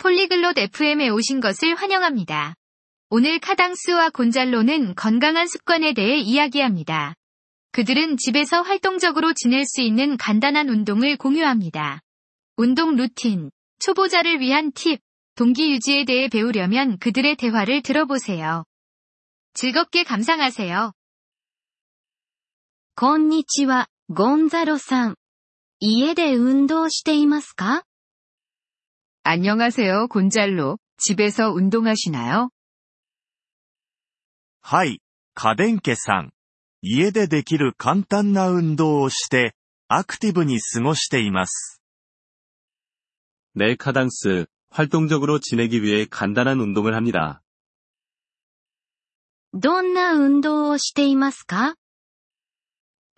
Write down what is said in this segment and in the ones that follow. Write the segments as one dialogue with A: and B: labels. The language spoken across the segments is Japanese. A: 폴리글롯 FM에 오신 것을 환영합니다. 오늘 카당스와 곤잘로는 건강한 습관에 대해 이야기합니다. 그들은 집에서 활동적으로 지낼 수 있는 간단한 운동을 공유합니다. 운동 루틴, 초보자를 위한 팁, 동기 유지에 대해 배우려면 그들의 대화를 들어보세요. 즐겁게 감상하세요.
B: こんにちは、ゴンザロさん。家で運動していますか
A: 안녕하세요, 곤잘로. 집에서 운동하시나요?
C: はい、家電家さん。家でできる簡単な運動をして、アクティブに過ごしています。
D: 네, 카당스. 활동적으로 지내기 위해 간단한 운동을 합니다.
B: どんな運動をしていますか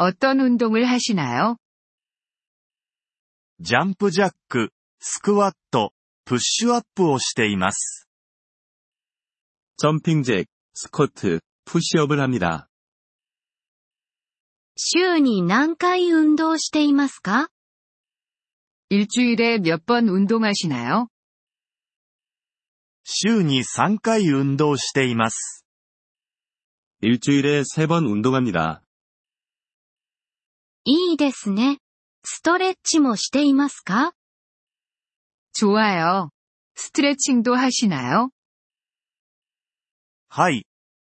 A: 어떤 운동을 하시나요?
C: ジャンプジャック、スクワット、プッシュアップをしています。
D: 점핑잭, 스쿼트, 푸시업을 합니다.
B: 週に何回運動していますか
A: 일주일에 몇 번 운동하시나요?
C: 週に3回運動しています。
D: 일주일에 3번 운동합니다.
B: いいですね。ストレッチもしていますか
A: 좋아요. 스트레칭도 하시나요?
C: はい。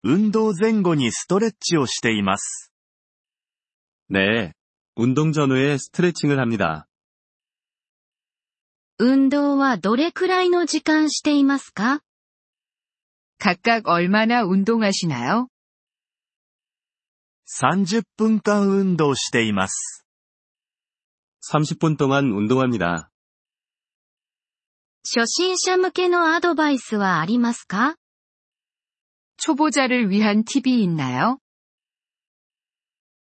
C: 運動前後にストレッチをしています。
D: 네. 운동 전후에 스트레칭을 합니다.
B: 運動はどれくらいの時間していますか
A: 각각 얼마나 운동하시나요?
C: 30分間運動しています。
D: 30분 동안 운동합니다.
B: 初心者向けのアドバイスはありますか
A: 초보자를 위한 팁이 있나요?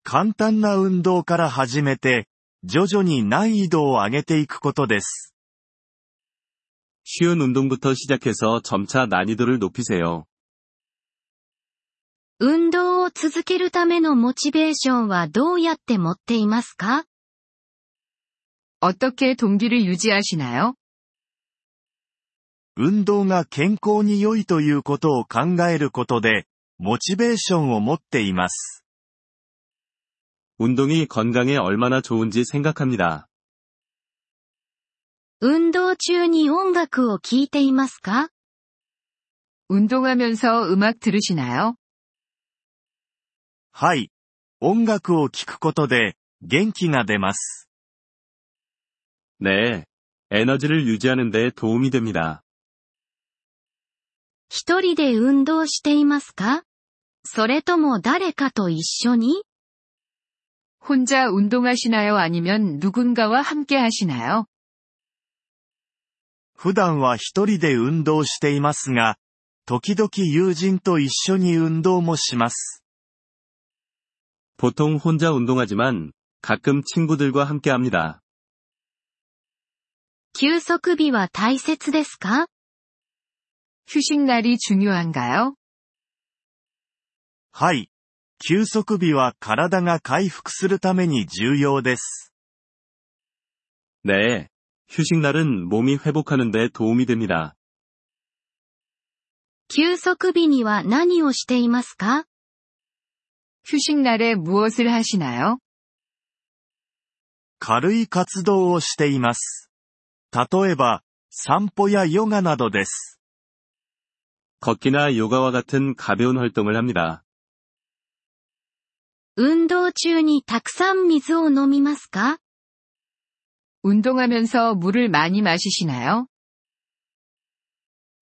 C: 簡単な運動から始めて、徐々に難易度を上げていくことです。
D: 쉬운 운동부터 시작해서 점차 난이도를 높이세요.
B: 運動を続けるためのモチベーションはどうやって持っていますか
A: 어떻게 동기를 유지하시나요?
C: 運動が健康に良いということを考えることで、モチベーションを持っています。
D: 운동이 건강에 얼마나 좋은지 생각합니다.
B: 運動中に音楽を聴いていますか
A: 운동하면서 음악 들으시나요?
C: はい。音楽を聴くことで、元気が出ます。
D: 네. 에너지를 유지하는 데 도움이 됩니다.
B: 一人で運動していますかそれとも誰かと一緒に
A: 혼자 운동하시나요? 아니면 누군가와 함께 하시나요?
C: 普段は一人で運動していますが、時々友人と一緒に運動もします。
D: 보통 혼자 운동하지만 가끔 친구들과 함께 합니다.
B: 休息日は大切ですか
A: 휴식날이 중요한가요?
C: はい。休息日は体が回復するために重要です。
D: 네. 휴식날은 몸이 회복하는 데 도움이 됩니다.
B: 休息日には何をしていますか
A: 휴식날에 무엇을 하시나요?
C: 軽い活動をしています。例えば、散歩やヨガなどです。
D: 걷기나 요가와 같은 가벼운 활동을 합니다.
B: 運動中にたくさん水を飲みますか
A: 운동하면서 물을 많이 마시시나요?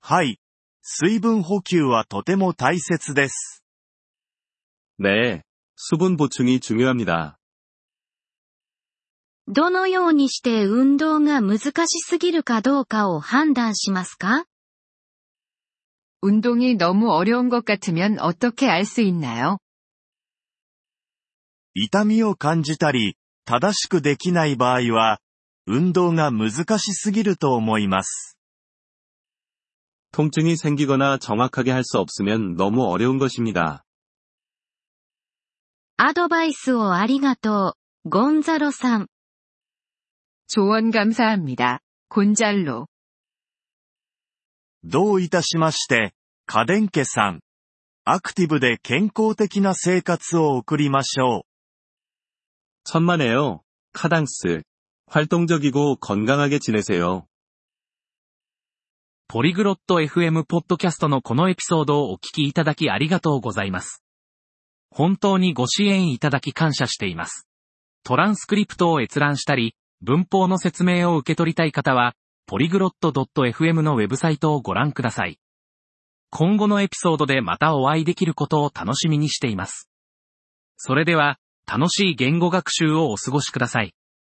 C: はい。水分補給はとても大切です。
D: 네. 수분 보충이 중요합니다.
B: どのようにして運動が難しすぎるかどうかを判断しますか
A: 운동이 너무 어려운 것 같으면 어떻게 알 수 있나요?
C: 痛みを感じたり、正しくできない場合は、運動が難しすぎると思います。
D: 통증이 생기거나 정확하게 할 수 없으면 너무 어려운 것입니다.
B: アドバイスをありがとう、ゴンザロさん。
A: 조언 감사합니다. 곤잘로.
C: どういたしまして、家電家さん。アクティブで健康的な生活を送りましょ
D: 천만에요. 카당스. 활동적이고 건강하게 지내세요.
E: ポリグロット FM ポッドキャストのこのエピソードをお聞きいただきありがとうございます。本当にご支援いただき感謝しています。トランスクリプトを閲覧したり、文法の説明を受け取りたい方は、ポリグロット .fm のウェブサイトをご覧ください。今後のエピソードでまたお会いできることを楽しみにしています。それでは、楽しい言語学習をお過ごしください。